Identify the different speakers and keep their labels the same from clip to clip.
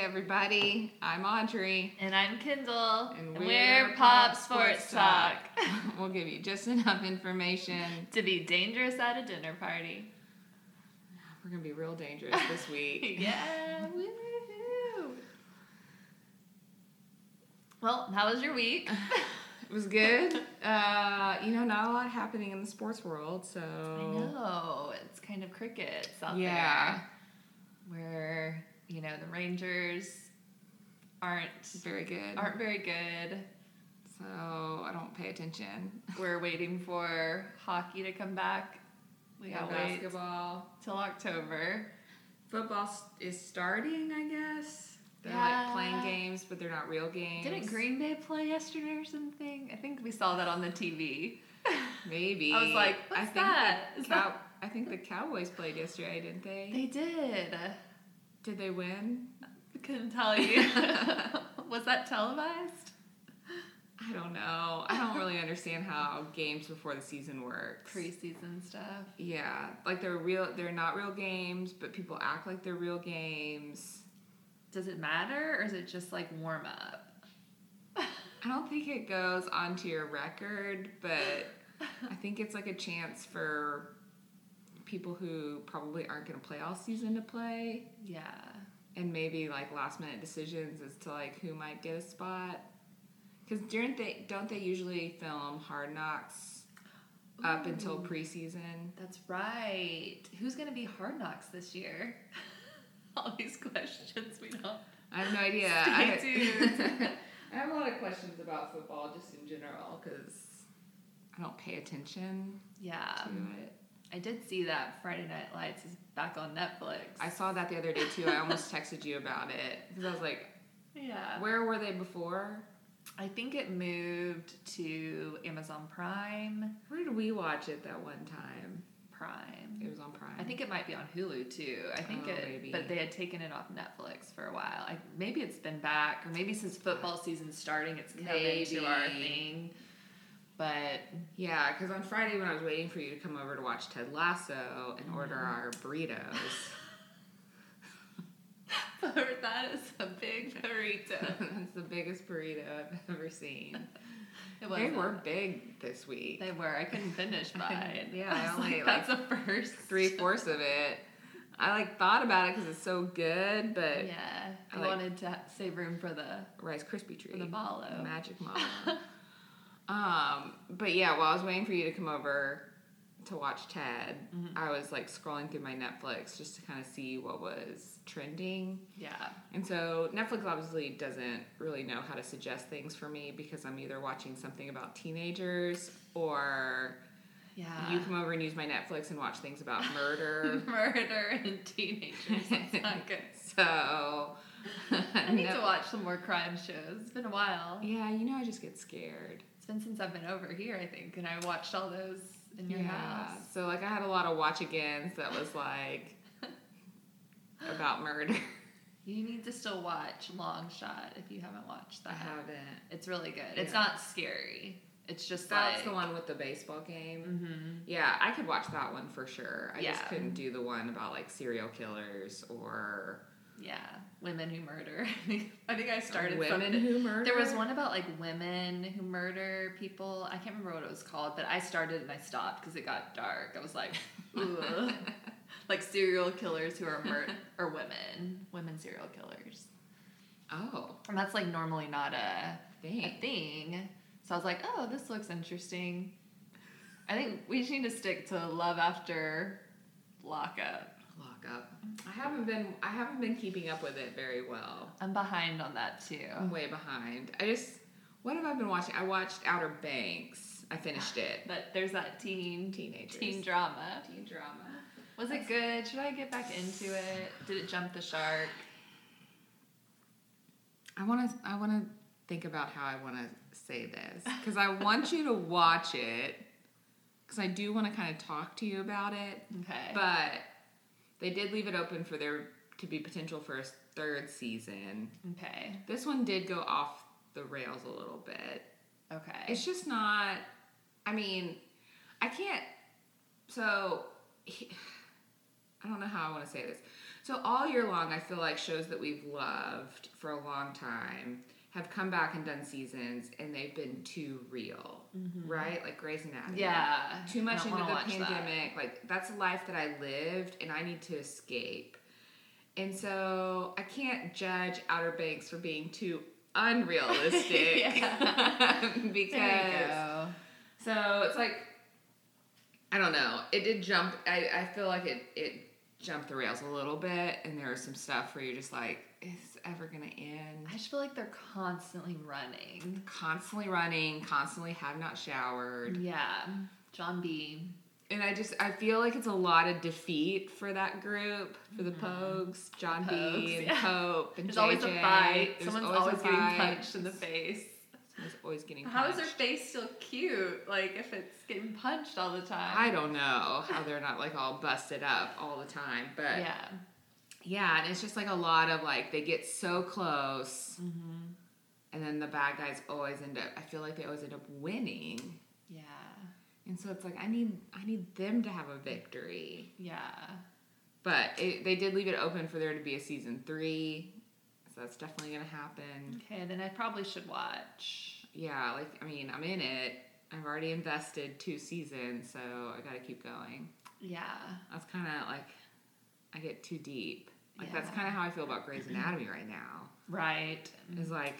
Speaker 1: everybody. I'm Audrey.
Speaker 2: And I'm Kindle.
Speaker 1: And
Speaker 2: And
Speaker 1: we're
Speaker 2: we're,
Speaker 1: Pop
Speaker 2: Pop
Speaker 1: Sports
Speaker 2: Sports Talk.
Speaker 1: we'll give you just enough information.
Speaker 2: to be dangerous at a dinner party.
Speaker 1: We're going to be real dangerous this week.
Speaker 2: Yeah, woohoo! Well, how was your week?
Speaker 1: It was good. Uh, you know, not a lot happening in the sports world, so.
Speaker 2: I know, it's kind of crickets out
Speaker 1: Yeah.
Speaker 2: there. Where, you know, the Rangers aren't
Speaker 1: Very good.
Speaker 2: aren't very good.
Speaker 1: So I don't pay attention.
Speaker 2: We're waiting for hockey to come back. We
Speaker 1: Yeah,
Speaker 2: gotta wait
Speaker 1: basketball.
Speaker 2: till October.
Speaker 1: Football s- is starting, I guess. They're like
Speaker 2: Yeah.
Speaker 1: playing games, but they're not real games.
Speaker 2: Didn't Green Bay play yesterday or something? I think we saw that on the TV.
Speaker 1: Maybe.
Speaker 2: I was like,
Speaker 1: I
Speaker 2: "What's
Speaker 1: think
Speaker 2: that?
Speaker 1: The
Speaker 2: Is
Speaker 1: Cow-
Speaker 2: that-"
Speaker 1: I think the Cowboys played yesterday, didn't they?
Speaker 2: They did.
Speaker 1: Did they win?
Speaker 2: Couldn't tell you. Was that televised?
Speaker 1: I don't know. I don't really understand how games before the season works.
Speaker 2: Preseason stuff.
Speaker 1: yeah, like they're real. They're not real games, but people act like they're real games.
Speaker 2: Does it matter or is it just like warm up?
Speaker 1: I don't think it goes onto your record, but I think it's like a chance for people who probably aren't going to play all season to play,
Speaker 2: Yeah.
Speaker 1: and maybe like last minute decisions as to like who might get a spot. Because during they don't they usually film Hard Knocks up until preseason?
Speaker 2: That's right. Who's going to be Hard Knocks this year? All these questions we don't.
Speaker 1: I have no idea.
Speaker 2: Stay
Speaker 1: I,
Speaker 2: tuned.
Speaker 1: I have a lot of questions about football just in general because I don't pay attention
Speaker 2: Yeah.
Speaker 1: to it.
Speaker 2: I did see that Friday Night Lights is back on Netflix.
Speaker 1: I saw that the other day too. I almost texted you about it because I was like,
Speaker 2: yeah.
Speaker 1: where were they before?
Speaker 2: I think it moved to Amazon Prime.
Speaker 1: Where did we watch it that one time?
Speaker 2: Prime.
Speaker 1: It was on Prime.
Speaker 2: I think it might be on Hulu too. I think
Speaker 1: Oh,
Speaker 2: it,
Speaker 1: maybe.
Speaker 2: but they had taken it off Netflix for a while. I, maybe it's been back, or maybe since football season's starting, it's come into our
Speaker 1: Maybe.
Speaker 2: thing. But
Speaker 1: Yeah, because on Friday when I was waiting for you to come over to watch Ted Lasso
Speaker 2: Mm-hmm.
Speaker 1: and order our burritos,
Speaker 2: for that is a big burrito.
Speaker 1: that's the biggest burrito I've ever seen.
Speaker 2: It
Speaker 1: They
Speaker 2: wasn't-
Speaker 1: were big this week.
Speaker 2: They were. I couldn't finish mine.
Speaker 1: Yeah, I
Speaker 2: I was
Speaker 1: only ate,
Speaker 2: like, that's a first.
Speaker 1: three fourths of it. I like thought about it because it's so good, but
Speaker 2: Yeah,
Speaker 1: I
Speaker 2: I
Speaker 1: like-
Speaker 2: wanted to ha- save room for the
Speaker 1: Rice Krispie treat,
Speaker 2: for the mallow.
Speaker 1: magic mama. um, but yeah, while I was waiting for you to come over to watch Ted,
Speaker 2: Mm-hmm.
Speaker 1: I was like scrolling through my Netflix just to kind of see what was trending.
Speaker 2: Yeah.
Speaker 1: And so Netflix obviously doesn't really know how to suggest things for me because I'm either watching something about teenagers or
Speaker 2: Yeah.
Speaker 1: you come over and use my Netflix and watch things about murder.
Speaker 2: murder and teenagers. That's not good.
Speaker 1: So
Speaker 2: I need
Speaker 1: Netflix-
Speaker 2: to watch some more crime shows. It's been a while.
Speaker 1: Yeah, you know I just get scared.
Speaker 2: It's been since I've been over here, I think, and I watched all those in your house.
Speaker 1: So like I had a lot of watch agains that was like about murder.
Speaker 2: You need to still watch Long Shot if you haven't watched that. It's really good. It's
Speaker 1: Yeah.
Speaker 2: not scary. It's just
Speaker 1: That's
Speaker 2: like
Speaker 1: the one with the baseball game.
Speaker 2: hmm
Speaker 1: Yeah, I could watch that one for sure. I just
Speaker 2: Yeah.
Speaker 1: couldn't do the one about like serial killers or
Speaker 2: yeah, women who murder. I think I started
Speaker 1: women
Speaker 2: something.
Speaker 1: who murder.
Speaker 2: There was one about like women who murder people. I can't remember what it was called, but I started and I stopped because it got dark. I was like, Ugh. like serial killers who are mur- or women, women serial killers,
Speaker 1: Oh,
Speaker 2: and that's like normally not a a
Speaker 1: dang.
Speaker 2: thing. So I was like, oh, this looks interesting. I think we just need to stick to love after lockup.
Speaker 1: Lock up. I haven't been I haven't been keeping up with it very well.
Speaker 2: I'm behind on that too.
Speaker 1: I'm way behind. I just what have I been watching? I watched Outer Banks. I finished it.
Speaker 2: But there's that teen
Speaker 1: Teenagers.
Speaker 2: teen drama.
Speaker 1: Teen drama.
Speaker 2: Was it good? Should I get back into it? Did it jump the shark?
Speaker 1: I want to. I want to think about how I want to say this because I want you to watch it because I do want to kind of talk to you about it.
Speaker 2: Okay.
Speaker 1: But they did leave it open for there to be potential for a third season.
Speaker 2: okay.
Speaker 1: This one did go off the rails a little bit.
Speaker 2: Okay.
Speaker 1: It's just not. I mean, I can't. So, he- I don't know how I want to say this. So all year long, I feel like shows that we've loved for a long time have come back and done seasons, and they've been too real, right? Like Grey's Anatomy.
Speaker 2: Mm-hmm. Yeah.
Speaker 1: Too
Speaker 2: I
Speaker 1: much
Speaker 2: don't
Speaker 1: into
Speaker 2: wanna
Speaker 1: the
Speaker 2: watch that.
Speaker 1: pandemic. Like that's a life that I lived, and I need to escape. And so I can't judge Outer Banks for being too unrealistic
Speaker 2: Yeah.
Speaker 1: because
Speaker 2: There you go.
Speaker 1: so it's like I don't know. It did jump. I, I feel like it it jumped the rails a little bit, and there was some stuff where you're just like, is this ever gonna end?
Speaker 2: I just feel like they're constantly running.
Speaker 1: Constantly running, constantly have not showered,
Speaker 2: Yeah. John B.
Speaker 1: and I just I feel like it's a lot of defeat for that group for the Pogues, John B,
Speaker 2: Pogues,
Speaker 1: and
Speaker 2: Mm-hmm. yeah.
Speaker 1: Pope, and
Speaker 2: There's always a
Speaker 1: JJ.
Speaker 2: fight.
Speaker 1: There's
Speaker 2: Someone's
Speaker 1: always,
Speaker 2: always,
Speaker 1: a
Speaker 2: getting
Speaker 1: fight.
Speaker 2: punched in the face.
Speaker 1: Someone's always getting
Speaker 2: How is
Speaker 1: punched.
Speaker 2: their face still cute? Like if it's getting punched all the time.
Speaker 1: I don't know how they're not like all busted up all the time, but
Speaker 2: Yeah.
Speaker 1: Yeah, and it's just like a lot of like they get so close,
Speaker 2: Mm-hmm.
Speaker 1: and then the bad guys always end up. I feel like they always end up winning,
Speaker 2: Yeah.
Speaker 1: and so it's like I need I need them to have a victory.
Speaker 2: Yeah.
Speaker 1: But it, they did leave it open for there to be a season three, so that's definitely gonna happen.
Speaker 2: Okay, then I probably should watch.
Speaker 1: Yeah, like I mean I'm in it. I've already invested two seasons, so I gotta keep going.
Speaker 2: Yeah.
Speaker 1: That's kind of like I get too deep. Like that's
Speaker 2: Yeah. Mm-hmm.
Speaker 1: kind of how I feel about Grey's Anatomy right now.
Speaker 2: Right.
Speaker 1: is like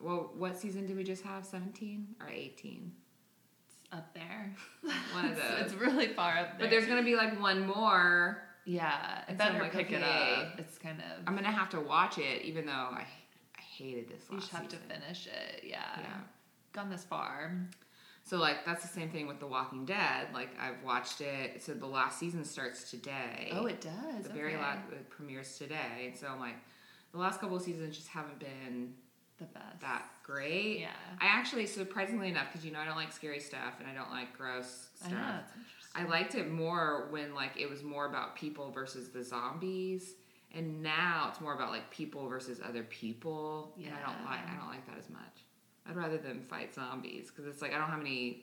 Speaker 1: well what season did we just have 17 or 18
Speaker 2: It's up there.
Speaker 1: One of
Speaker 2: It's- It's
Speaker 1: those.
Speaker 2: really far up there.
Speaker 1: but there's gonna be like one more
Speaker 2: yeah. I
Speaker 1: And so I'm
Speaker 2: better
Speaker 1: like,
Speaker 2: pick it
Speaker 1: okay.
Speaker 2: up. It's kind of.
Speaker 1: i'm gonna have to watch it even though i, I hated this
Speaker 2: you
Speaker 1: last
Speaker 2: just have
Speaker 1: season.
Speaker 2: to finish it. Yeah.
Speaker 1: Yeah.
Speaker 2: Gone this far.
Speaker 1: so like that's the same thing with the walking dead like i've watched it so the last season starts today
Speaker 2: Oh, it does.
Speaker 1: the very
Speaker 2: okay.
Speaker 1: last it premieres today and so i'm like the last couple of seasons just haven't been
Speaker 2: The best.
Speaker 1: that great
Speaker 2: Yeah.
Speaker 1: i actually surprisingly enough because you know i don't like scary stuff and i don't like gross
Speaker 2: I
Speaker 1: stuff
Speaker 2: know. It's interesting.
Speaker 1: I liked it more when like it was more about people versus the zombies, and now it's more about like people versus other people. And I don't
Speaker 2: Yeah.
Speaker 1: like I don't like that as much. I'd rather them fight zombies because it's like I don't have any.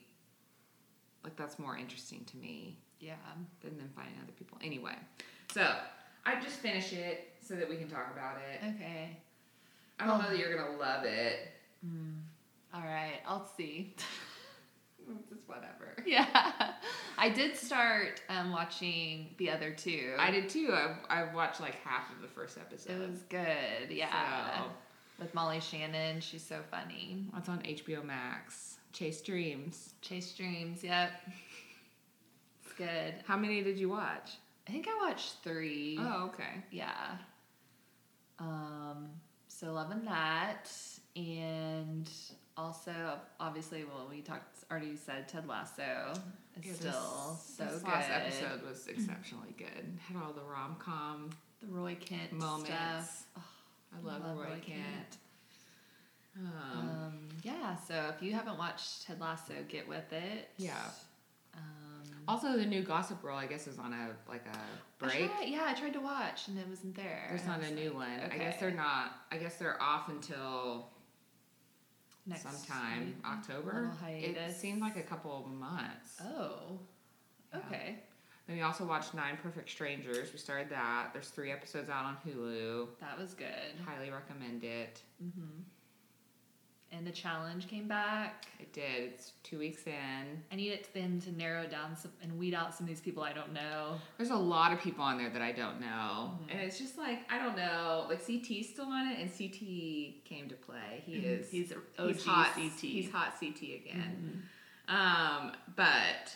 Speaker 1: Like that's more interesting to me
Speaker 2: Yeah.
Speaker 1: than them fighting other people. Anyway, so I just finish it so that we can talk about it.
Speaker 2: Okay.
Speaker 1: I don't know that you're gonna love it.
Speaker 2: All right. I'll see.
Speaker 1: It's whatever.
Speaker 2: yeah. I did start um, watching the other two.
Speaker 1: I did too. I I watched like half of the first episode.
Speaker 2: It was good. Yeah.
Speaker 1: So.
Speaker 2: With Molly Shannon. She's so funny.
Speaker 1: That's on HBO Max. Chase Dreams.
Speaker 2: Chase Dreams. Yep. It's good.
Speaker 1: How many did you watch?
Speaker 2: I think I watched three.
Speaker 1: Oh, okay.
Speaker 2: Yeah. Um, so loving that. And also, obviously, well, we talked already said Ted Lasso is
Speaker 1: Yeah,
Speaker 2: still
Speaker 1: this,
Speaker 2: so
Speaker 1: this
Speaker 2: good.
Speaker 1: last episode was exceptionally good. Had all the rom com
Speaker 2: The Roy Kent
Speaker 1: moments.
Speaker 2: stuff.
Speaker 1: I love, Roy, Kent. Um,
Speaker 2: Um, yeah, so if you haven't watched Ted Lasso, get with it.
Speaker 1: Yeah.
Speaker 2: Um,
Speaker 1: also, the new Gossip Girl, I guess, is on a like a
Speaker 2: I
Speaker 1: break.
Speaker 2: tried- yeah, I tried to watch and it wasn't there.
Speaker 1: There's
Speaker 2: I
Speaker 1: not a
Speaker 2: was
Speaker 1: new
Speaker 2: like,
Speaker 1: one. I
Speaker 2: okay,
Speaker 1: guess they're not. I guess they're off until
Speaker 2: next
Speaker 1: sometime
Speaker 2: week.
Speaker 1: October.
Speaker 2: Little
Speaker 1: It
Speaker 2: hiatus.
Speaker 1: seemed like a couple of months.
Speaker 2: Oh,
Speaker 1: Yeah.
Speaker 2: okay.
Speaker 1: Then we also watched Nine Perfect Strangers. We started that. There's three episodes out on Hulu.
Speaker 2: That was good.
Speaker 1: Highly recommend it.
Speaker 2: hmm And the challenge came back.
Speaker 1: It did. It's two weeks in.
Speaker 2: I need it them to narrow down some and weed out some of these people I don't know.
Speaker 1: There's a lot of people on there that I don't know.
Speaker 2: Mm-hmm.
Speaker 1: And it's just like, I don't know. Like, CT's still on it, and CT came to play. He is.
Speaker 2: Mm-hmm. He's
Speaker 1: he's
Speaker 2: OG
Speaker 1: hot.
Speaker 2: CT.
Speaker 1: He's hot CT again.
Speaker 2: Mm-hmm.
Speaker 1: Um, but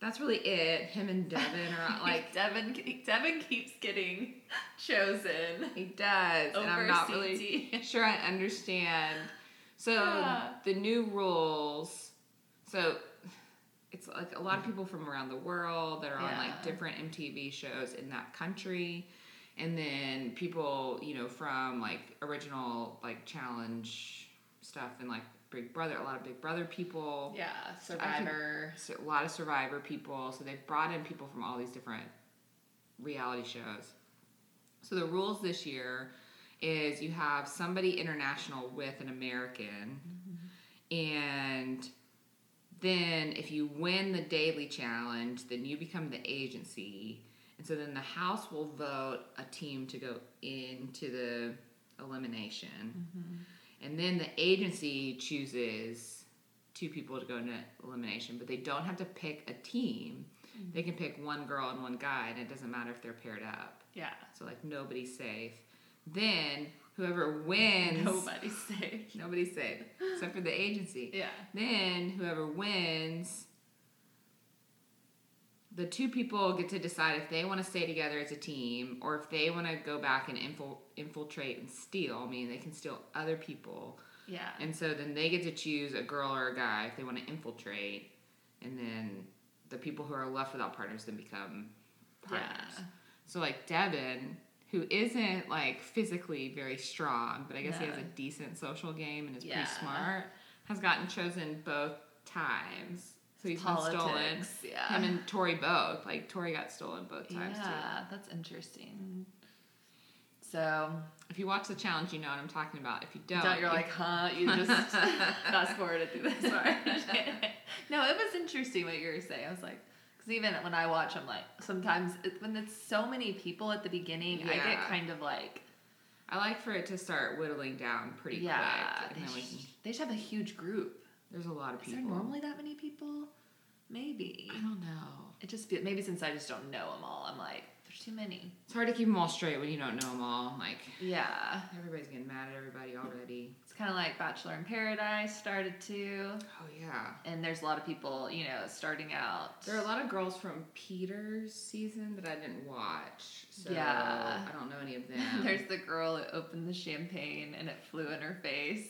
Speaker 1: that's really it. Him and Devin are on, like,
Speaker 2: Devin. Devin keeps getting chosen
Speaker 1: he does.
Speaker 2: over
Speaker 1: and I'm not
Speaker 2: CT.
Speaker 1: really sure I understand. So
Speaker 2: Yeah.
Speaker 1: the new rules. So it's like a lot of people from around the world that are on like
Speaker 2: Yeah.
Speaker 1: different MTV shows in that country, and then people you know from like original like challenge stuff and like Big Brother. A lot of Big Brother people.
Speaker 2: Yeah,
Speaker 1: I
Speaker 2: Survivor.
Speaker 1: So a lot of Survivor people. So they've brought in people from all these different reality shows. So the rules this year is you have somebody international with an American, and Then, if you win the daily challenge, then you become the agency. And so then the House will vote a team to go into the elimination. And then the agency chooses two people to go into elimination, but they don't have to pick a team. They can pick one girl and one guy, and it doesn't matter if they're paired up.
Speaker 2: Yeah.
Speaker 1: So, like, nobody's safe. Then, whoever wins.
Speaker 2: Nobody's safe.
Speaker 1: Nobody's safe except for the agency.
Speaker 2: Yeah.
Speaker 1: Then whoever wins, the two people get to decide if they want to stay together as a team or if they want to go back and infil- infiltrate and steal. I mean, they can steal other people,
Speaker 2: Yeah.
Speaker 1: and so then they get to choose a girl or a guy if they want to infiltrate, and then the people who are left without partners then become partners.
Speaker 2: Yeah.
Speaker 1: So like Devin, who isn't like physically very strong, but I guess he
Speaker 2: No.
Speaker 1: has a decent social game and is
Speaker 2: Yeah.
Speaker 1: pretty smart, has gotten chosen both times. So he's been stolen.
Speaker 2: Politics. Yeah.
Speaker 1: Him and Tori both. Like Tori got stolen both times too.
Speaker 2: yeah. That's interesting. So
Speaker 1: If you watch the challenge, you know what I'm talking about. If you don't,
Speaker 2: Don't, you're like, huh? You just fast forwarded through this part. no, it was interesting what you were saying. I was like, because even when I watch, I'm like, sometimes it, when it's so many people at the beginning, I
Speaker 1: Yeah.
Speaker 2: get kind of like,
Speaker 1: I like for it to start whittling down pretty
Speaker 2: yeah,
Speaker 1: quick.
Speaker 2: they,
Speaker 1: And then we
Speaker 2: sh-
Speaker 1: can,
Speaker 2: they should have a huge group.
Speaker 1: there's a lot of
Speaker 2: Is
Speaker 1: people.
Speaker 2: there normally that many people? Maybe.
Speaker 1: I don't know.
Speaker 2: It just fe- maybe since I just don't know them all, I'm like, there's too many.
Speaker 1: It's hard to keep them all straight when you don't know them all. Like
Speaker 2: Yeah,
Speaker 1: everybody's getting mad at everybody already.
Speaker 2: it's kind of like Bachelor in Paradise started too,
Speaker 1: Oh yeah.
Speaker 2: and there's a lot of people, you know, starting out.
Speaker 1: There are a lot of girls from Peter's season that I didn't watch. So
Speaker 2: Yeah.
Speaker 1: I don't know any of them.
Speaker 2: There's the girl who opened the champagne and it flew in her face.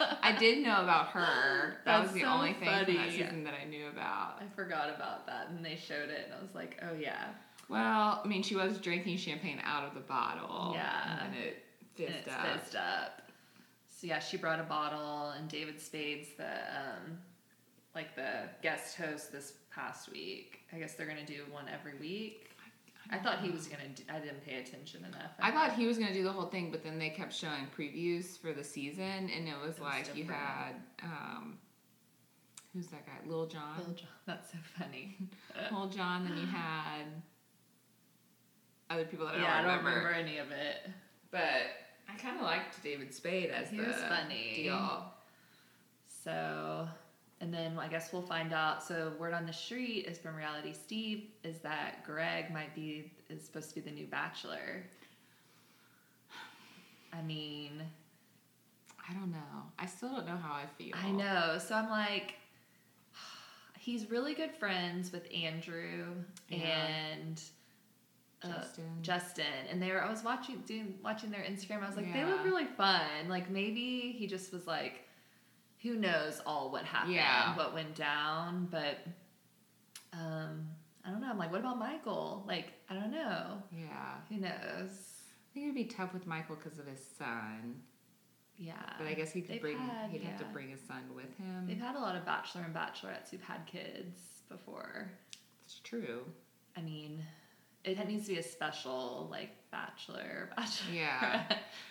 Speaker 1: I did know about her. That was
Speaker 2: That's
Speaker 1: the
Speaker 2: so
Speaker 1: only thing from that
Speaker 2: funny.
Speaker 1: season that I knew about.
Speaker 2: I forgot about that and they showed it and I was like, oh yeah.
Speaker 1: Well, I mean, she was drinking champagne out of the bottle.
Speaker 2: Yeah.
Speaker 1: And it
Speaker 2: And
Speaker 1: fizzed
Speaker 2: it's
Speaker 1: up.
Speaker 2: fizzed up. So yeah, she brought a bottle and David Spades, the um, like the guest host this past week. I guess they're gonna do one every week. I thought he was gonna. Do, I didn't pay attention enough.
Speaker 1: I thought he was going to do the whole thing, but then they kept showing previews for the season, and it was,
Speaker 2: was
Speaker 1: like you
Speaker 2: different.
Speaker 1: had, um, who's that guy? Lil John.
Speaker 2: Little John. That's so funny.
Speaker 1: Lil John, then you had other people that I
Speaker 2: yeah,
Speaker 1: don't
Speaker 2: I don't remember any of it.
Speaker 1: But I kind of liked David Spade as
Speaker 2: He
Speaker 1: the
Speaker 2: was funny.
Speaker 1: deal.
Speaker 2: So, and then I guess we'll find out. So, word on the street is from Reality Steve is that Greg might be is supposed to be the new Bachelor. I mean,
Speaker 1: I don't know. I still don't know how I feel.
Speaker 2: I know. So I'm like, he's really good friends with Andrew
Speaker 1: Yeah.
Speaker 2: and. uh,
Speaker 1: Justin.
Speaker 2: Justin and they were. I was watching, doing, watching their Instagram. I was like, they
Speaker 1: Yeah.
Speaker 2: look really fun. Like maybe he just was like, who knows all what happened,
Speaker 1: Yeah.
Speaker 2: what went down. But um, I don't know. I'm like, what about Michael? Like I don't know.
Speaker 1: yeah, I
Speaker 2: Who knows?
Speaker 1: think it'd be tough with Michael because of his son.
Speaker 2: Yeah.
Speaker 1: But I guess he could
Speaker 2: Uh, They've
Speaker 1: bring.
Speaker 2: had-
Speaker 1: he'd have to
Speaker 2: yeah.
Speaker 1: bring his son with
Speaker 2: They've
Speaker 1: him.
Speaker 2: had a lot of bachelor and bachelorettes who've had kids before.
Speaker 1: It's true.
Speaker 2: I mean, it needs to be a special like bachelor, bachelor.
Speaker 1: Yeah.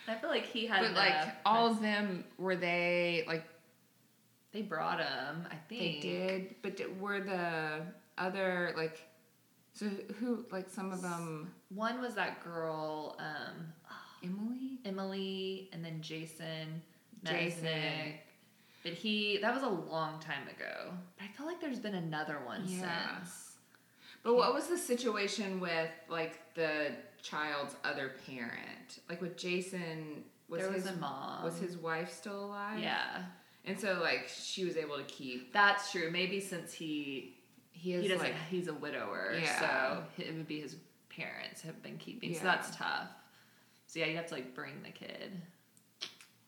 Speaker 2: I feel like he had
Speaker 1: But like
Speaker 2: enough.
Speaker 1: all of them, were they like
Speaker 2: They brought him, I
Speaker 1: they
Speaker 2: think.
Speaker 1: did? But did, were the other like? So who like some of them?
Speaker 2: One was that girl, um,
Speaker 1: Emily.
Speaker 2: Emily, and then Jason.
Speaker 1: Jason.
Speaker 2: Mesnick. But he, that was a long time ago. But I feel like there's been another one
Speaker 1: Yeah.
Speaker 2: since.
Speaker 1: But what was the situation with like the child's other parent? Like with Jason, was
Speaker 2: there
Speaker 1: his
Speaker 2: was a mom.
Speaker 1: was his wife still alive?
Speaker 2: Yeah.
Speaker 1: and so like she was able to keep
Speaker 2: That's true. Maybe since he
Speaker 1: he is
Speaker 2: he doesn't
Speaker 1: like
Speaker 2: he's a widower,
Speaker 1: Yeah.
Speaker 2: so it would be his parents have been keeping.
Speaker 1: Yeah.
Speaker 2: So that's tough. So yeah, you have to like bring the kid.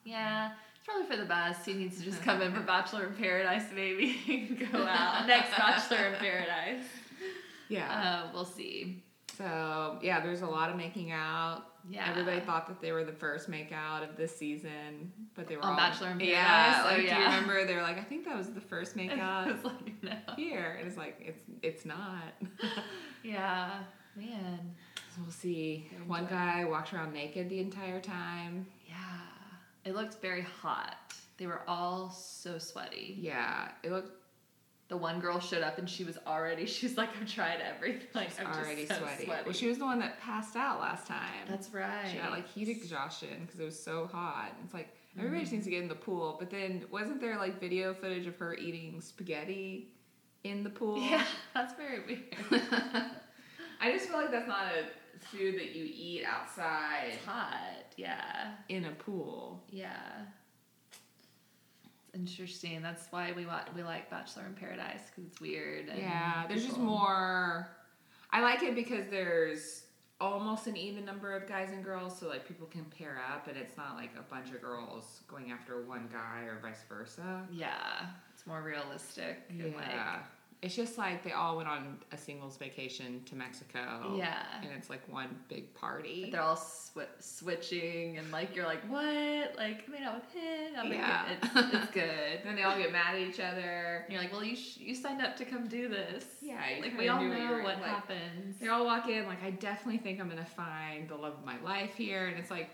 Speaker 2: Yeah, it's probably for the best. He needs to just come in for Bachelor in Paradise, maybe and go out next Bachelor in Paradise.
Speaker 1: yeah.
Speaker 2: Uh, we'll see.
Speaker 1: so yeah, there's a lot of making out.
Speaker 2: Yeah,
Speaker 1: Everybody thought that they were the first make out of this season, but they were
Speaker 2: On
Speaker 1: all
Speaker 2: Bachelor in
Speaker 1: Yeah,
Speaker 2: Paradise, oh,
Speaker 1: like do you
Speaker 2: yeah.
Speaker 1: remember? They were like, I think that was the first make
Speaker 2: I
Speaker 1: out
Speaker 2: was like, no.
Speaker 1: here, and it's like it's it's not.
Speaker 2: Yeah, man.
Speaker 1: So we'll see.
Speaker 2: They're
Speaker 1: One
Speaker 2: enjoying
Speaker 1: guy walked around naked the entire time.
Speaker 2: Yeah, it looked very hot. They were all so sweaty.
Speaker 1: Yeah, it looked
Speaker 2: The one girl showed up and she was already. She was like, "I've tried everything. Like, I'm
Speaker 1: already
Speaker 2: just so
Speaker 1: sweaty.
Speaker 2: sweaty."
Speaker 1: Well, she was the one that passed out last time.
Speaker 2: That's right.
Speaker 1: she got like heat exhaustion because it was so hot. It's like everybody
Speaker 2: Mm-hmm.
Speaker 1: seems to get in the pool, but then wasn't there like video footage of her eating spaghetti in the pool?
Speaker 2: Yeah, that's very weird.
Speaker 1: I just feel like that's not a food that you eat outside
Speaker 2: it's hot. Yeah.
Speaker 1: in a pool.
Speaker 2: Yeah. It's interesting. That's why we wa- we like Bachelor in Paradise because it's weird. And
Speaker 1: Yeah, there's just
Speaker 2: people-
Speaker 1: more. I like it because there's almost an even number of guys and girls, so like people can pair up, and it's not like a bunch of girls going after one guy or vice versa.
Speaker 2: Yeah, it's more realistic. And
Speaker 1: Yeah, it's just like they all went on a singles vacation to Mexico.
Speaker 2: Like, yeah.
Speaker 1: and it's like one big party.
Speaker 2: They're all swi- switching and like you're like what? Like I made out with him. I'm like,
Speaker 1: Yeah.
Speaker 2: it's, it's good.
Speaker 1: And then they all get mad at each other.
Speaker 2: And you're like, well, you sh- you signed up to come do this.
Speaker 1: Yeah, you
Speaker 2: like
Speaker 1: kinda
Speaker 2: we all
Speaker 1: knew what you
Speaker 2: know
Speaker 1: were-
Speaker 2: what
Speaker 1: like,
Speaker 2: happens.
Speaker 1: They all walk in like I definitely think I'm gonna find the love of my life here, and it's like,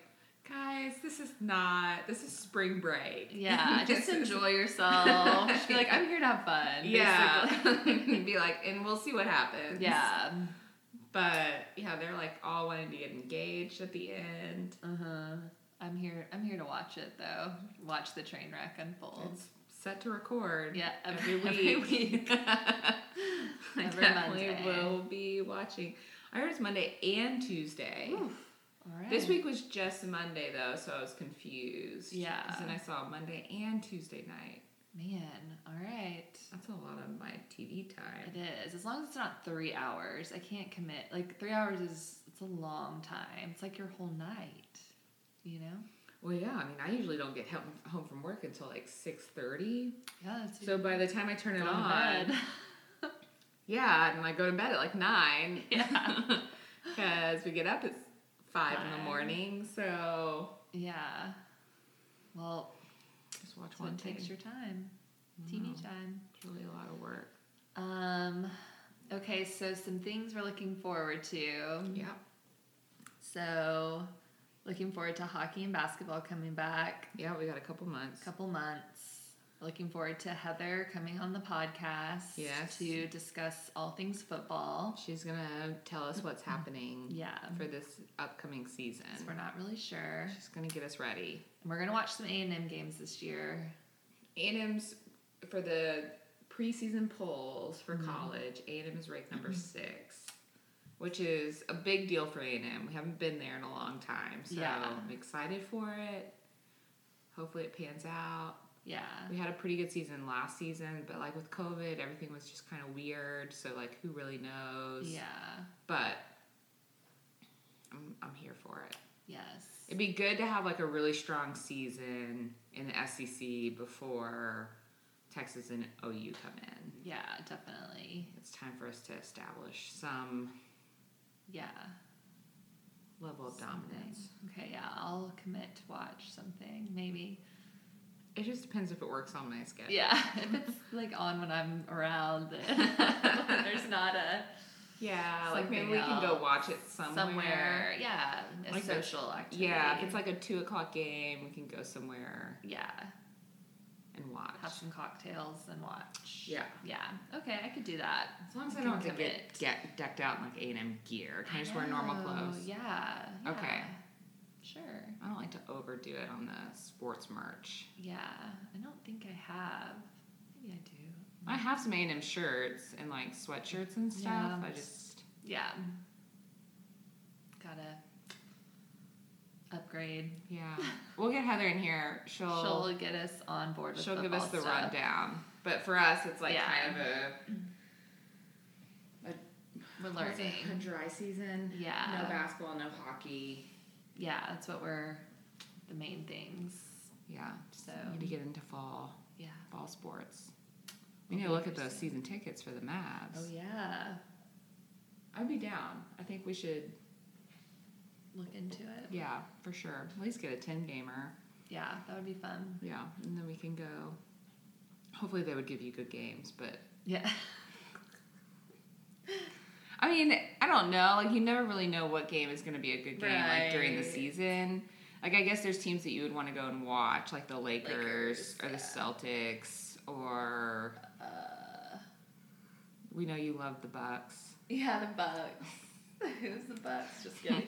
Speaker 1: guys, this is not. This is spring break.
Speaker 2: yeah,
Speaker 1: This
Speaker 2: just
Speaker 1: is-
Speaker 2: enjoy yourself. Just be like, I'm here to have fun.
Speaker 1: Yeah.
Speaker 2: basically.
Speaker 1: be like, and we'll see what happens.
Speaker 2: yeah.
Speaker 1: But yeah, they're like all wanting to get engaged at the end.
Speaker 2: Uh huh. I'm here. I'm here to watch it though. Watch the train wreck unfold.
Speaker 1: It's set to record.
Speaker 2: yeah,
Speaker 1: Every week.
Speaker 2: week.
Speaker 1: I
Speaker 2: Every
Speaker 1: definitely
Speaker 2: Monday.
Speaker 1: will be watching. I heard it's Monday and Tuesday.
Speaker 2: Oof. All right.
Speaker 1: This week was just Monday though, so I was confused.
Speaker 2: Yeah.
Speaker 1: 'Cause then I saw Monday and Tuesday night.
Speaker 2: man. All right.
Speaker 1: That's a lot of my TV time.
Speaker 2: It is. As long as it's not three hours, I can't commit. Like three hours is it's a long time. It's like your whole night. You know.
Speaker 1: Well, yeah. I mean, I usually don't get home home from work until like six thirty.
Speaker 2: Yeah. It's
Speaker 1: So by the time I turn it
Speaker 2: going to
Speaker 1: on,
Speaker 2: bed.
Speaker 1: Yeah, and I go to bed at like nine.
Speaker 2: Yeah.
Speaker 1: Because we get up at five in the
Speaker 2: Five.
Speaker 1: morning, so
Speaker 2: yeah. Well,
Speaker 1: just watch
Speaker 2: so
Speaker 1: one
Speaker 2: it takes
Speaker 1: thing.
Speaker 2: your time.
Speaker 1: Wow.
Speaker 2: TV time.
Speaker 1: It's really a lot of work.
Speaker 2: Um, okay, so some things we're looking forward to.
Speaker 1: Yeah.
Speaker 2: So, looking forward to hockey and basketball coming back.
Speaker 1: Yeah, we got a couple months.
Speaker 2: Couple months. Looking forward to Heather coming on the podcast
Speaker 1: Yes.
Speaker 2: to discuss all things football.
Speaker 1: She's gonna tell us what's happening
Speaker 2: Yeah,
Speaker 1: for this upcoming season.
Speaker 2: 'cause we're not really sure.
Speaker 1: She's gonna get us ready.
Speaker 2: And we're gonna watch some A and M games this year.
Speaker 1: A&M's for the preseason polls for
Speaker 2: Mm-hmm.
Speaker 1: college. A&M is ranked number six, which is a big deal for A&M. We haven't been there in a long time, so
Speaker 2: Yeah.
Speaker 1: I'm excited for it. Hopefully, it pans out.
Speaker 2: Yeah,
Speaker 1: We had a pretty good season last season, but like with COVID, everything was just kind of weird. So like, who really knows?
Speaker 2: yeah,
Speaker 1: But I'm, I'm here for it.
Speaker 2: yes,
Speaker 1: It'd be good to have like a really strong season in the SEC before Texas and OU come in.
Speaker 2: yeah, definitely,
Speaker 1: It's time for us to establish some
Speaker 2: yeah.
Speaker 1: level of dominance.
Speaker 2: Okay, yeah, I'll commit to watch something maybe.
Speaker 1: It just depends if it works on my schedule.
Speaker 2: Yeah, if it's like on when I'm around, then there's not a
Speaker 1: Yeah, like maybe
Speaker 2: Something
Speaker 1: we can go
Speaker 2: else.
Speaker 1: watch it somewhere.
Speaker 2: somewhere. Yeah, a
Speaker 1: Like a-
Speaker 2: social activity.
Speaker 1: Yeah, if it's like a two o'clock game, we can go somewhere
Speaker 2: yeah,
Speaker 1: and watch.
Speaker 2: have some cocktails and watch.
Speaker 1: Yeah.
Speaker 2: yeah. Okay, I could do that.
Speaker 1: As long as
Speaker 2: You
Speaker 1: I don't have
Speaker 2: can
Speaker 1: to get,
Speaker 2: commit.
Speaker 1: get decked out in like A and M gear, can I just wear normal
Speaker 2: Oh,
Speaker 1: clothes?
Speaker 2: Yeah, yeah.
Speaker 1: Okay.
Speaker 2: Sure.
Speaker 1: I don't like to overdo it on the sports merch.
Speaker 2: Yeah, I don't think I have. Maybe I do.
Speaker 1: I have some A&M shirts and like sweatshirts and stuff.
Speaker 2: Yeah.
Speaker 1: I just
Speaker 2: Yeah. Gotta upgrade.
Speaker 1: yeah. We'll get Heather in here. She'll
Speaker 2: She'll get us on board with
Speaker 1: she'll, give us
Speaker 2: football
Speaker 1: the
Speaker 2: stuff.
Speaker 1: rundown. But for us, it's like
Speaker 2: Yeah.
Speaker 1: kind of a
Speaker 2: We're learning.
Speaker 1: a dry season.
Speaker 2: Yeah.
Speaker 1: No basketball, no hockey.
Speaker 2: Yeah, that's what we're the main things.
Speaker 1: Yeah.
Speaker 2: So
Speaker 1: Need to get into fall
Speaker 2: yeah.
Speaker 1: fall sports. We need to look at those season tickets for the Mavs.
Speaker 2: Oh yeah.
Speaker 1: I'd be down. I think we should.
Speaker 2: Look into it.
Speaker 1: Yeah, for sure. At least get a ten gamer.
Speaker 2: Yeah, that would be fun.
Speaker 1: Yeah, and then we can go. Hopefully, they would give you good games, but
Speaker 2: Yeah.
Speaker 1: I mean, I don't know. Like, you never really know what game is going to be a good game like during the
Speaker 2: Right.
Speaker 1: season. Like I guess there's teams that you would want to go and watch, like the Lakers,
Speaker 2: Lakers,
Speaker 1: or the
Speaker 2: yeah.
Speaker 1: Celtics, or
Speaker 2: Uh,
Speaker 1: we know you love the Bucks.
Speaker 2: yeah, the Bucks. Who's the Bucks? Just kidding.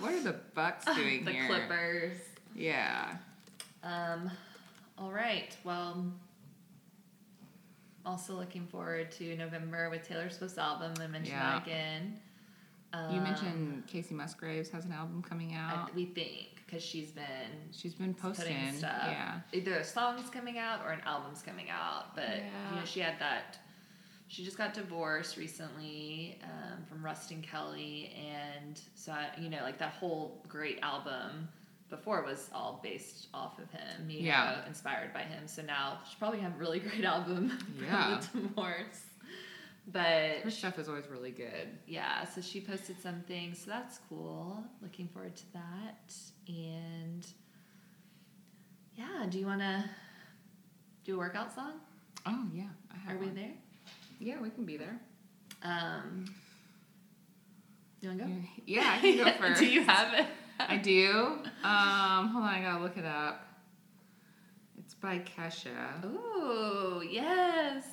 Speaker 1: what are the Bucks doing
Speaker 2: the
Speaker 1: here?
Speaker 2: Clippers.
Speaker 1: Yeah.
Speaker 2: Um, all right. Well, also looking forward to November with Taylor Swift's album. I mentioned
Speaker 1: Yeah.
Speaker 2: that again. Um,
Speaker 1: You mentioned Casey Musgraves has an album coming
Speaker 2: I-
Speaker 1: out.
Speaker 2: we think because she's been
Speaker 1: She's been posting.
Speaker 2: putting stuff.
Speaker 1: Yeah.
Speaker 2: Either a song's coming out or an album's coming out. But you
Speaker 1: Yeah.
Speaker 2: know, she had that. She just got divorced recently um, from Rustin Kelly, and so I, you know, like that whole great album before was all based off of him. You
Speaker 1: Yeah.
Speaker 2: know, inspired by him. So now she probably have a really great album from
Speaker 1: Yeah.
Speaker 2: the divorce. But
Speaker 1: Her stuff is always really good.
Speaker 2: yeah, so she posted something, so that's cool. Looking forward to that. And yeah, do you want to do a workout song?
Speaker 1: Oh yeah. I have
Speaker 2: Are we
Speaker 1: one.
Speaker 2: there?
Speaker 1: Yeah, we can be there.
Speaker 2: Um, do you want to go?
Speaker 1: Yeah, I can go first.
Speaker 2: do you have it?
Speaker 1: I do. Um, hold on, I gotta look it up. It's by Kesha.
Speaker 2: Ooh, yes.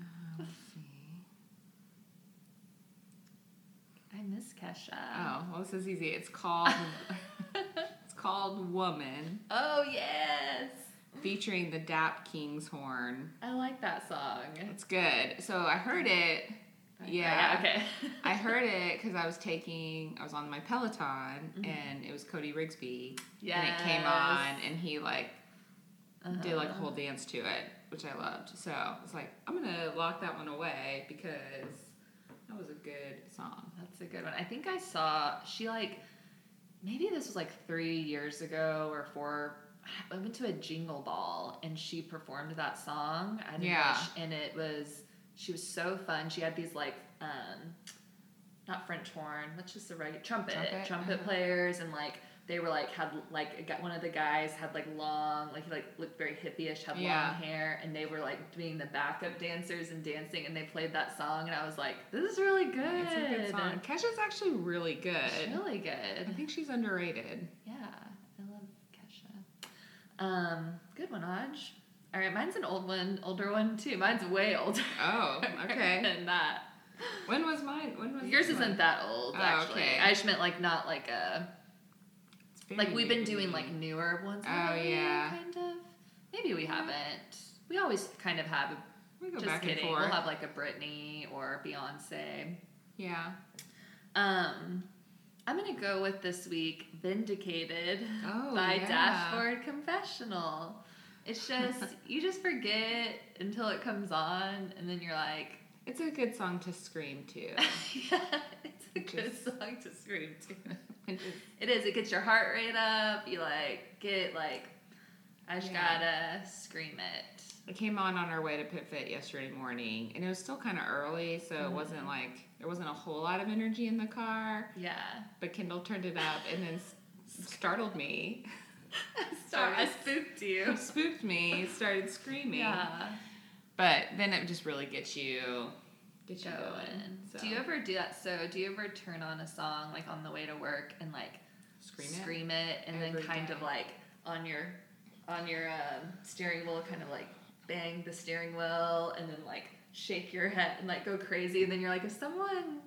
Speaker 1: Uh, let's see.
Speaker 2: I miss Kesha.
Speaker 1: Oh, well, this is easy. It's called it's called Woman,
Speaker 2: oh, yes.
Speaker 1: featuring the Dap King's horn.
Speaker 2: I like that song.
Speaker 1: It's good. So I heard it. Yeah.
Speaker 2: Okay.
Speaker 1: I heard it because I was taking, I was on my Peloton, and it was Cody Rigsby, and it came
Speaker 2: Yes.
Speaker 1: on, and he like did like a
Speaker 2: Uh-huh.
Speaker 1: whole dance to it, which I loved. So I was like, I'm gonna lock that one away because that was a good song.
Speaker 2: That's a good one. I think I saw she like maybe this was like three years ago or four. I went to a jingle ball and she performed that song. I didn't
Speaker 1: Yeah.
Speaker 2: realize- and it was she was so fun. She had these like um, not French horn, what's just the right trumpet
Speaker 1: Trumpet,
Speaker 2: trumpet,
Speaker 1: uh-huh.
Speaker 2: players and like. They were like had like a guy- one of the guys had like long like he like looked very hippie-ish had
Speaker 1: Yeah.
Speaker 2: long hair and they were like being the backup dancers and dancing and they played that song and I was like this is really good
Speaker 1: It's a good song. Kesha's actually really good.
Speaker 2: it's really
Speaker 1: I
Speaker 2: good.
Speaker 1: think she's underrated.
Speaker 2: Yeah, I love Kesha. Um, good one, Aj. All right, mine's an old one, older one too. Mine's way older.
Speaker 1: Oh, okay.
Speaker 2: than that.
Speaker 1: when was mine? When was
Speaker 2: Yours
Speaker 1: this one?
Speaker 2: isn't that old,
Speaker 1: Oh,
Speaker 2: actually.
Speaker 1: okay.
Speaker 2: I just meant like not like a
Speaker 1: It's very
Speaker 2: like we've been
Speaker 1: new to
Speaker 2: doing
Speaker 1: me.
Speaker 2: like newer ones.
Speaker 1: Oh,
Speaker 2: lately,
Speaker 1: yeah.
Speaker 2: kind of. Maybe we haven't. We always kind of have. A,
Speaker 1: we go
Speaker 2: just
Speaker 1: back
Speaker 2: kidding.
Speaker 1: and forth.
Speaker 2: We'll have like a Britney or Beyonce.
Speaker 1: yeah.
Speaker 2: Um, I'm gonna go with this week "Vindicated"
Speaker 1: Oh,
Speaker 2: by
Speaker 1: yeah.
Speaker 2: Dashboard Confessional. It's just you just forget until it comes on, and then you're like,
Speaker 1: It's a good song to scream to.
Speaker 2: yeah, it's a good
Speaker 1: Just-
Speaker 2: song to scream to.
Speaker 1: When just-
Speaker 2: It is. It gets your heart rate up. You like get like, I just gotta scream it.
Speaker 1: It came on on our way to Pit Fit yesterday morning, and it was still kind of early, so
Speaker 2: Mm-hmm.
Speaker 1: it wasn't like there wasn't a whole lot of energy in the car.
Speaker 2: Yeah.
Speaker 1: But Kendall turned it up and then s- startled me,
Speaker 2: Sorry, I
Speaker 1: Started-
Speaker 2: spooked you.
Speaker 1: spooked me, started screaming.
Speaker 2: Yeah.
Speaker 1: But then it just really gets you, gets you
Speaker 2: going.
Speaker 1: going. So.
Speaker 2: Do you ever do that? So, do you ever turn on a song like on the way to work and like
Speaker 1: scream, it?
Speaker 2: scream it, and then
Speaker 1: Every
Speaker 2: kind
Speaker 1: day.
Speaker 2: of like on your on your um, steering wheel, kind of like bang the steering wheel, and then like shake your head and like go crazy, and then you're like, if someone,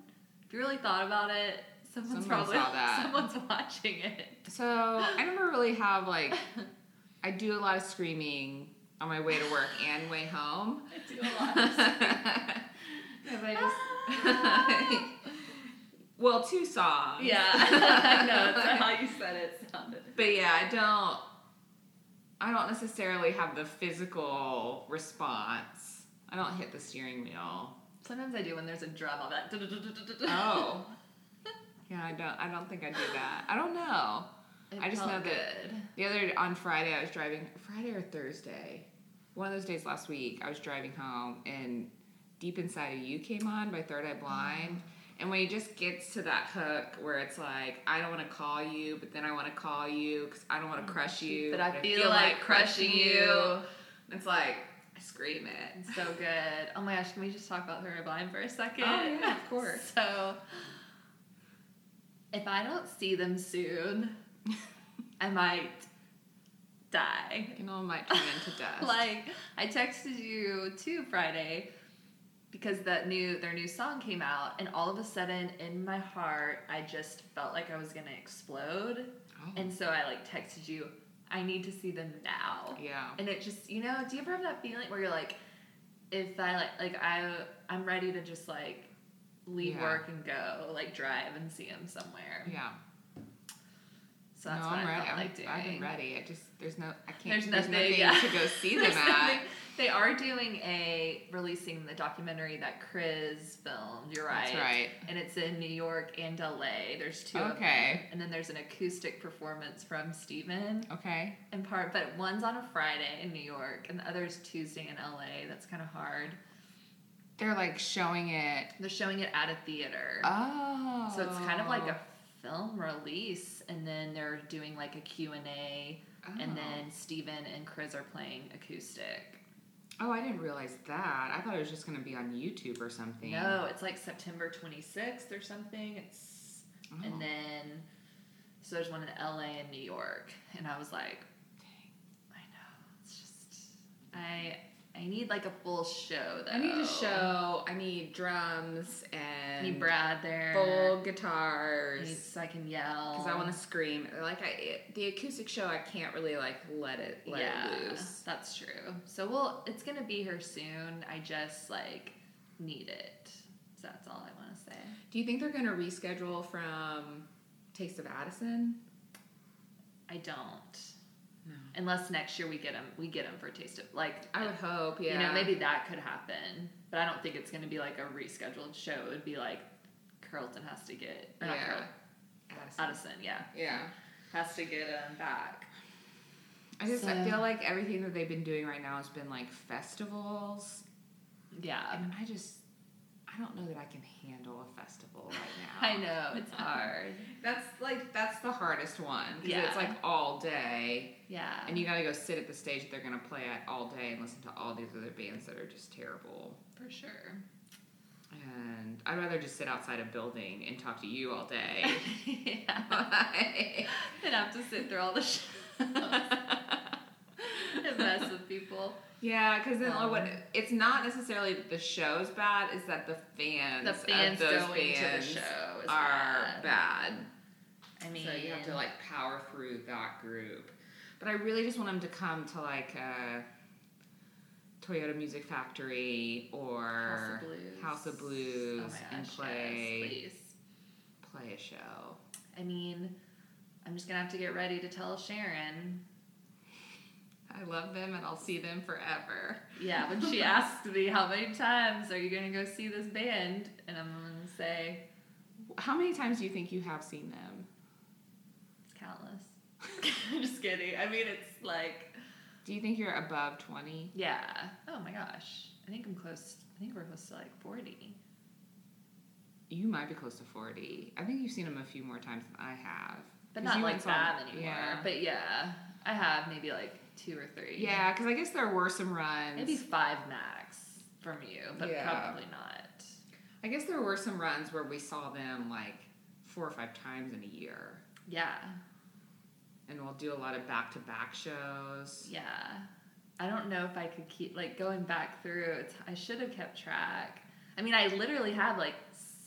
Speaker 2: if you really thought about it, someone's
Speaker 1: Someone
Speaker 2: probably
Speaker 1: saw that.
Speaker 2: someone's watching it.
Speaker 1: So I never really have like, I do a lot of screaming on my way to work and way home.
Speaker 2: I do a lot.
Speaker 1: If I just- well, two songs.
Speaker 2: yeah, I know. That's how you said it sounded.
Speaker 1: But yeah, I don't. I don't necessarily have the physical response. I don't hit the steering wheel.
Speaker 2: Sometimes I do when there's a drum. I'll be like,
Speaker 1: Oh. yeah, I don't. I don't think I do that. I don't know.
Speaker 2: It
Speaker 1: I just
Speaker 2: felt
Speaker 1: know that-
Speaker 2: good.
Speaker 1: The other on Friday, I was driving. Friday or Thursday, one of those days last week. I was driving home, and "Deep Inside of You" came on by Third Eye Blind. And when he just gets to that hook where it's like, I don't want to call you, but then I want to call you because I don't want to crush you,
Speaker 2: But I feel like crushing you.
Speaker 1: It's like I scream it.
Speaker 2: So good. Oh my gosh, can we just talk about her blind for a second?
Speaker 1: Oh, yeah, of course.
Speaker 2: So if I don't see them soon, I might die.
Speaker 1: You know, it might turn into dust.
Speaker 2: like I texted you too Friday because that new their new song came out and all of a sudden in my heart I just felt like I was gonna explode
Speaker 1: oh,
Speaker 2: and so I like texted you I need to see them now
Speaker 1: yeah.
Speaker 2: and it just you know do you ever have that feeling where you're like if I like like I I'm ready to just like leave
Speaker 1: Yeah.
Speaker 2: work and go like drive and see them somewhere
Speaker 1: Yeah.
Speaker 2: so that's
Speaker 1: no,
Speaker 2: what
Speaker 1: I'm
Speaker 2: I
Speaker 1: ready.
Speaker 2: felt
Speaker 1: I'm,
Speaker 2: like doing
Speaker 1: I've been ready. I just there's no I can't.
Speaker 2: There's
Speaker 1: There's,
Speaker 2: nothing,
Speaker 1: nothing
Speaker 2: yeah.
Speaker 1: to go see them
Speaker 2: There's
Speaker 1: at.
Speaker 2: nothing- They are doing a releasing the documentary that Chris filmed. You're right.
Speaker 1: That's right.
Speaker 2: And it's in New York and LA. There's two. of them.
Speaker 1: Okay.
Speaker 2: And then there's an acoustic performance from Steven
Speaker 1: Okay.
Speaker 2: in part, but one's on a Friday in New York and the other's Tuesday in LA. That's kind of hard.
Speaker 1: They're like showing it.
Speaker 2: They're showing it at a theater.
Speaker 1: Oh.
Speaker 2: So it's kind of like a film release and then they're doing like a Q&A
Speaker 1: Oh.
Speaker 2: and then Steven and Chris are playing acoustic.
Speaker 1: Oh, I didn't realize that. I thought it was just going to be on YouTube or something.
Speaker 2: No, it's like September 26th or something. It's
Speaker 1: Oh.
Speaker 2: and then so there's one in LA and New York, and I was like, I know it's just I I need like a full show though.
Speaker 1: I need a show. I need drums
Speaker 2: I
Speaker 1: and
Speaker 2: need Brad there.
Speaker 1: full
Speaker 2: I need-
Speaker 1: guitars
Speaker 2: so I can yell
Speaker 1: because I want to scream. Like I, it, the acoustic show, I can't really like let it let it loose.
Speaker 2: That's true. So well, it's gonna be here soon. I just like need it. So that's all I want to say.
Speaker 1: Do you think they're going to reschedule from Taste of Addison?
Speaker 2: I don't.
Speaker 1: No.
Speaker 2: Unless next year we get them, we get them for taste of like
Speaker 1: I would hope. Yeah.
Speaker 2: You know, maybe that could happen, but I don't think it's going to be like a rescheduled show. It would be like Carlton has to get, or not
Speaker 1: Yeah.
Speaker 2: Carlton,
Speaker 1: Addison.
Speaker 2: Addison, yeah,
Speaker 1: Yeah.
Speaker 2: has to get him back.
Speaker 1: I just
Speaker 2: So-
Speaker 1: I feel like everything that they've been doing right now has been like festivals
Speaker 2: Yeah,
Speaker 1: And I just, I don't know that I can handle a festival right
Speaker 2: I
Speaker 1: now.
Speaker 2: know it's hard.
Speaker 1: That's like that's the hardest one because
Speaker 2: Yeah. Um,
Speaker 1: it's like all day,
Speaker 2: Yeah,
Speaker 1: and you got to go sit at the stage that they're gonna play at all day and listen to all these other bands that are just terrible.
Speaker 2: for sure.
Speaker 1: And I'd rather just sit outside a building and talk to you all day.
Speaker 2: yeah, and have to sit through all the shows and mess with people.
Speaker 1: yeah, because then like, what?
Speaker 2: Um.
Speaker 1: It's not necessarily that the show's bad; it's that the fans,
Speaker 2: The fans
Speaker 1: of those
Speaker 2: going to the
Speaker 1: bands
Speaker 2: show is
Speaker 1: are
Speaker 2: bad.
Speaker 1: bad.
Speaker 2: I mean,
Speaker 1: so you have to like power through that group. But I really just want them to come to like a Toyota Music Factory or
Speaker 2: House
Speaker 1: House of
Speaker 2: of Blues,
Speaker 1: Blues
Speaker 2: oh my gosh,
Speaker 1: and play
Speaker 2: yes, please.
Speaker 1: play a show.
Speaker 2: I mean, I'm just gonna have to get ready to tell Sharon.
Speaker 1: I love them and I'll see them forever.
Speaker 2: Yeah, when she asks me how many times are you gonna go see this band, and I'm gonna say
Speaker 1: How many times do you think you have seen them?
Speaker 2: it's countless. I'm just kidding. I mean, it's like
Speaker 1: Do you think you're above 20?
Speaker 2: yeah. Oh my gosh, I think I'm close. I think we're close to like 40.
Speaker 1: You might be close to 40. I think you've seen them a few more times than I have.
Speaker 2: But
Speaker 1: 'Cause
Speaker 2: not
Speaker 1: you
Speaker 2: like
Speaker 1: went saw
Speaker 2: that
Speaker 1: them-
Speaker 2: anymore.
Speaker 1: Yeah.
Speaker 2: But yeah, I have maybe like two or three.
Speaker 1: yeah, because I guess there were some runs.
Speaker 2: maybe five max from you, but
Speaker 1: Yeah.
Speaker 2: probably not.
Speaker 1: I guess there were some runs where we saw them like four or five times in a year.
Speaker 2: Yeah,
Speaker 1: And we'll do a lot of back to back shows.
Speaker 2: yeah. I don't know if I could keep like going back through. It's, I should have kept track. I mean, I literally have like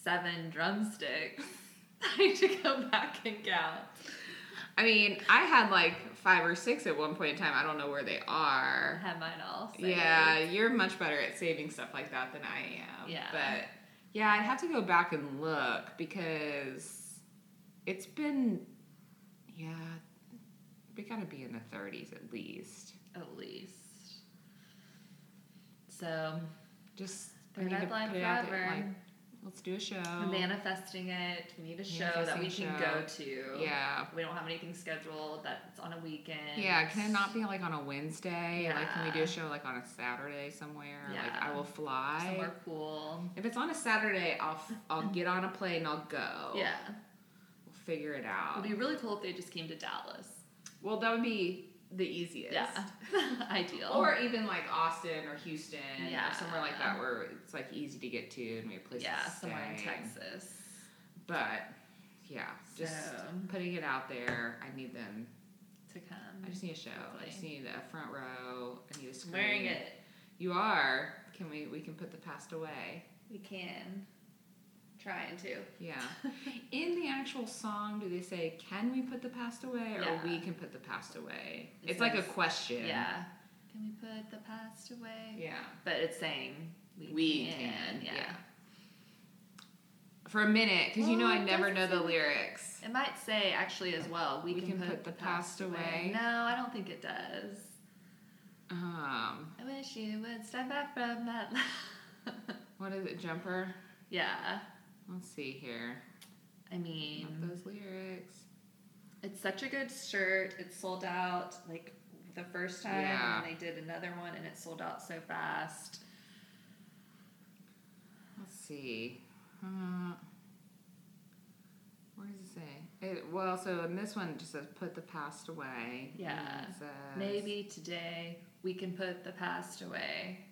Speaker 2: seven drumsticks. I need to go back and count.
Speaker 1: I mean, I had like five or six at one point in time. I don't know where they
Speaker 2: I
Speaker 1: are.
Speaker 2: have mine all. saved.
Speaker 1: Yeah, you're much better at saving stuff like that than I am.
Speaker 2: Yeah.
Speaker 1: But yeah, I'd have to go back and look because it's been, yeah, we gotta be in the 30s at least.
Speaker 2: at least. So
Speaker 1: Just I
Speaker 2: they're
Speaker 1: need to
Speaker 2: deadline
Speaker 1: put it out there,
Speaker 2: forever.
Speaker 1: like, let's do a show.
Speaker 2: We're manifesting it. We need a show that we
Speaker 1: Manifesting
Speaker 2: can
Speaker 1: show.
Speaker 2: go to.
Speaker 1: Yeah.
Speaker 2: We don't have anything scheduled. That's on a weekend.
Speaker 1: Yeah, can it not be like on a Wednesday? Like, can we do
Speaker 2: Yeah.
Speaker 1: a show like on a Saturday somewhere? Like,
Speaker 2: Yeah.
Speaker 1: I will fly.
Speaker 2: somewhere cool?
Speaker 1: If it's on a Saturday, I'll f- I'll get on a plane. I'll go.
Speaker 2: Yeah,
Speaker 1: we'll figure it out.
Speaker 2: it'd be really cool if they just came to Dallas.
Speaker 1: well, that would be the easiest.
Speaker 2: Yeah, ideal.
Speaker 1: Or even like Austin or Houston
Speaker 2: Yeah.
Speaker 1: or somewhere like that where it's like easy to get to and we have places
Speaker 2: yeah,
Speaker 1: to stay.
Speaker 2: somewhere in Texas.
Speaker 1: But yeah, just
Speaker 2: So-
Speaker 1: putting it out there. I need them
Speaker 2: to come.
Speaker 1: I just need a show. I just need a front row. I need a
Speaker 2: I'm
Speaker 1: screen.
Speaker 2: wearing it.
Speaker 1: You are. Can we? We can put the past away.
Speaker 2: We can. Trying to.
Speaker 1: Yeah. In the actual song, do they say, "Can we put the past away?" or
Speaker 2: Yeah.
Speaker 1: "We can put the past away"?
Speaker 2: It
Speaker 1: it's like a
Speaker 2: says-
Speaker 1: question.
Speaker 2: Yeah. Can we put the past away?
Speaker 1: Yeah.
Speaker 2: But it's saying we, can. Yeah.
Speaker 1: For a minute, because you know
Speaker 2: Well,
Speaker 1: I
Speaker 2: it
Speaker 1: never
Speaker 2: doesn't
Speaker 1: know the
Speaker 2: say-
Speaker 1: lyrics.
Speaker 2: It might say actually as well. We, can, put, the past, away. No, I don't think it does.
Speaker 1: Um,
Speaker 2: I wish you would step back from that.
Speaker 1: what is it? Jumper.
Speaker 2: yeah.
Speaker 1: Let's see here.
Speaker 2: I mean,
Speaker 1: Not those lyrics.
Speaker 2: It's such a good shirt. It sold out like the first time,
Speaker 1: Yeah.
Speaker 2: and then they did another one, and it sold out so fast.
Speaker 1: Let's see. Uh, where does it say? It, well, so in this one, it just says put the past away. and
Speaker 2: Yeah.
Speaker 1: it says-
Speaker 2: Maybe today we can put the past away,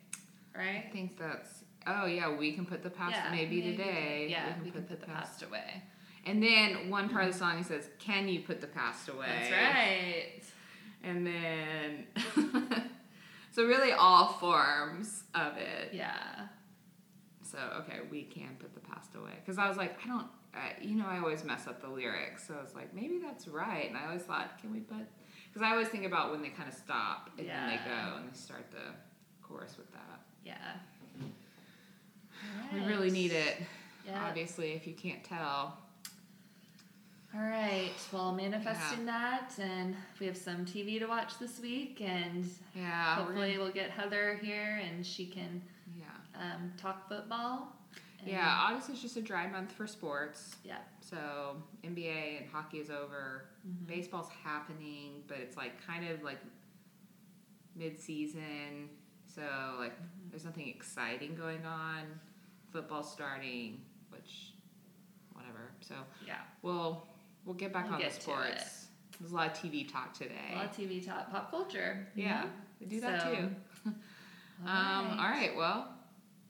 Speaker 1: I
Speaker 2: right?
Speaker 1: think that's. Oh yeah, we can put the past.
Speaker 2: Yeah,
Speaker 1: maybe, today.
Speaker 2: Yeah, we can put, the, past, away.
Speaker 1: And then one part of the song it says, "Can you put the past away?"
Speaker 2: That's right.
Speaker 1: And then, so really all forms of it.
Speaker 2: Yeah.
Speaker 1: So okay, we can put the past away because I was like, I don't, uh, you know, I always mess up the lyrics. So I was like, maybe that's right. And I always thought, can we put? Because I always think about when they kind of stop and then they
Speaker 2: Yeah.
Speaker 1: go and they start the chorus with that.
Speaker 2: Yeah.
Speaker 1: We really
Speaker 2: Alright.
Speaker 1: need it.
Speaker 2: Yeah.
Speaker 1: Obviously, if you can't tell,
Speaker 2: All right. Well, manifesting that, and we have some TV to watch this week, and
Speaker 1: yeah, we're
Speaker 2: hopefully
Speaker 1: gonna-
Speaker 2: we'll get Heather here, and she can
Speaker 1: yeah,
Speaker 2: um, talk football. and-
Speaker 1: yeah. August is just a dry month for sports.
Speaker 2: Yeah.
Speaker 1: So NBA and hockey is over.
Speaker 2: Mm-hmm.
Speaker 1: Baseball's happening, but it's like kind of like mid-season. So like
Speaker 2: Mm-hmm.
Speaker 1: there's nothing exciting going on. Football's starting, which whatever. So
Speaker 2: Yeah.
Speaker 1: we'll we'll get back
Speaker 2: We'll
Speaker 1: on
Speaker 2: get
Speaker 1: the
Speaker 2: to
Speaker 1: sports. There's a lot of TV talk today.
Speaker 2: A lot of TV talk, pop culture. Mm-hmm. you
Speaker 1: yeah,
Speaker 2: know?
Speaker 1: we do that
Speaker 2: So,
Speaker 1: too. Um, all right. Well,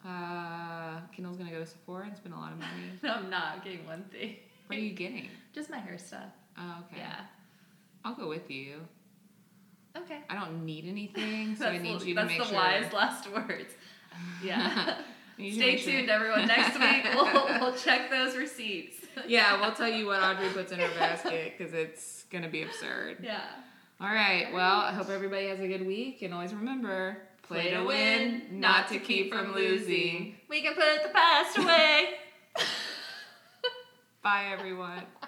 Speaker 1: uh, Kendall's gonna go to Sephora and spend a lot of money.
Speaker 2: No, I'm not getting one thing.
Speaker 1: what are you getting?
Speaker 2: Just my hair stuff.
Speaker 1: Oh, okay.
Speaker 2: Yeah.
Speaker 1: I'll go with you.
Speaker 2: Okay.
Speaker 1: I don't need anything, so I need
Speaker 2: the,
Speaker 1: you to
Speaker 2: that's
Speaker 1: make
Speaker 2: the
Speaker 1: sure.
Speaker 2: wise last words. Yeah.
Speaker 1: I need you to
Speaker 2: Stay
Speaker 1: make sure-
Speaker 2: tuned, everyone. Next week we'll, we'll check those receipts.
Speaker 1: Yeah, we'll tell you what Audrey puts in her basket because it's gonna be absurd.
Speaker 2: Yeah.
Speaker 1: All right. Well, I hope everybody has a good week, and always remember: play, to win, not to keep from losing.
Speaker 2: We can put the past away.
Speaker 1: Bye, everyone.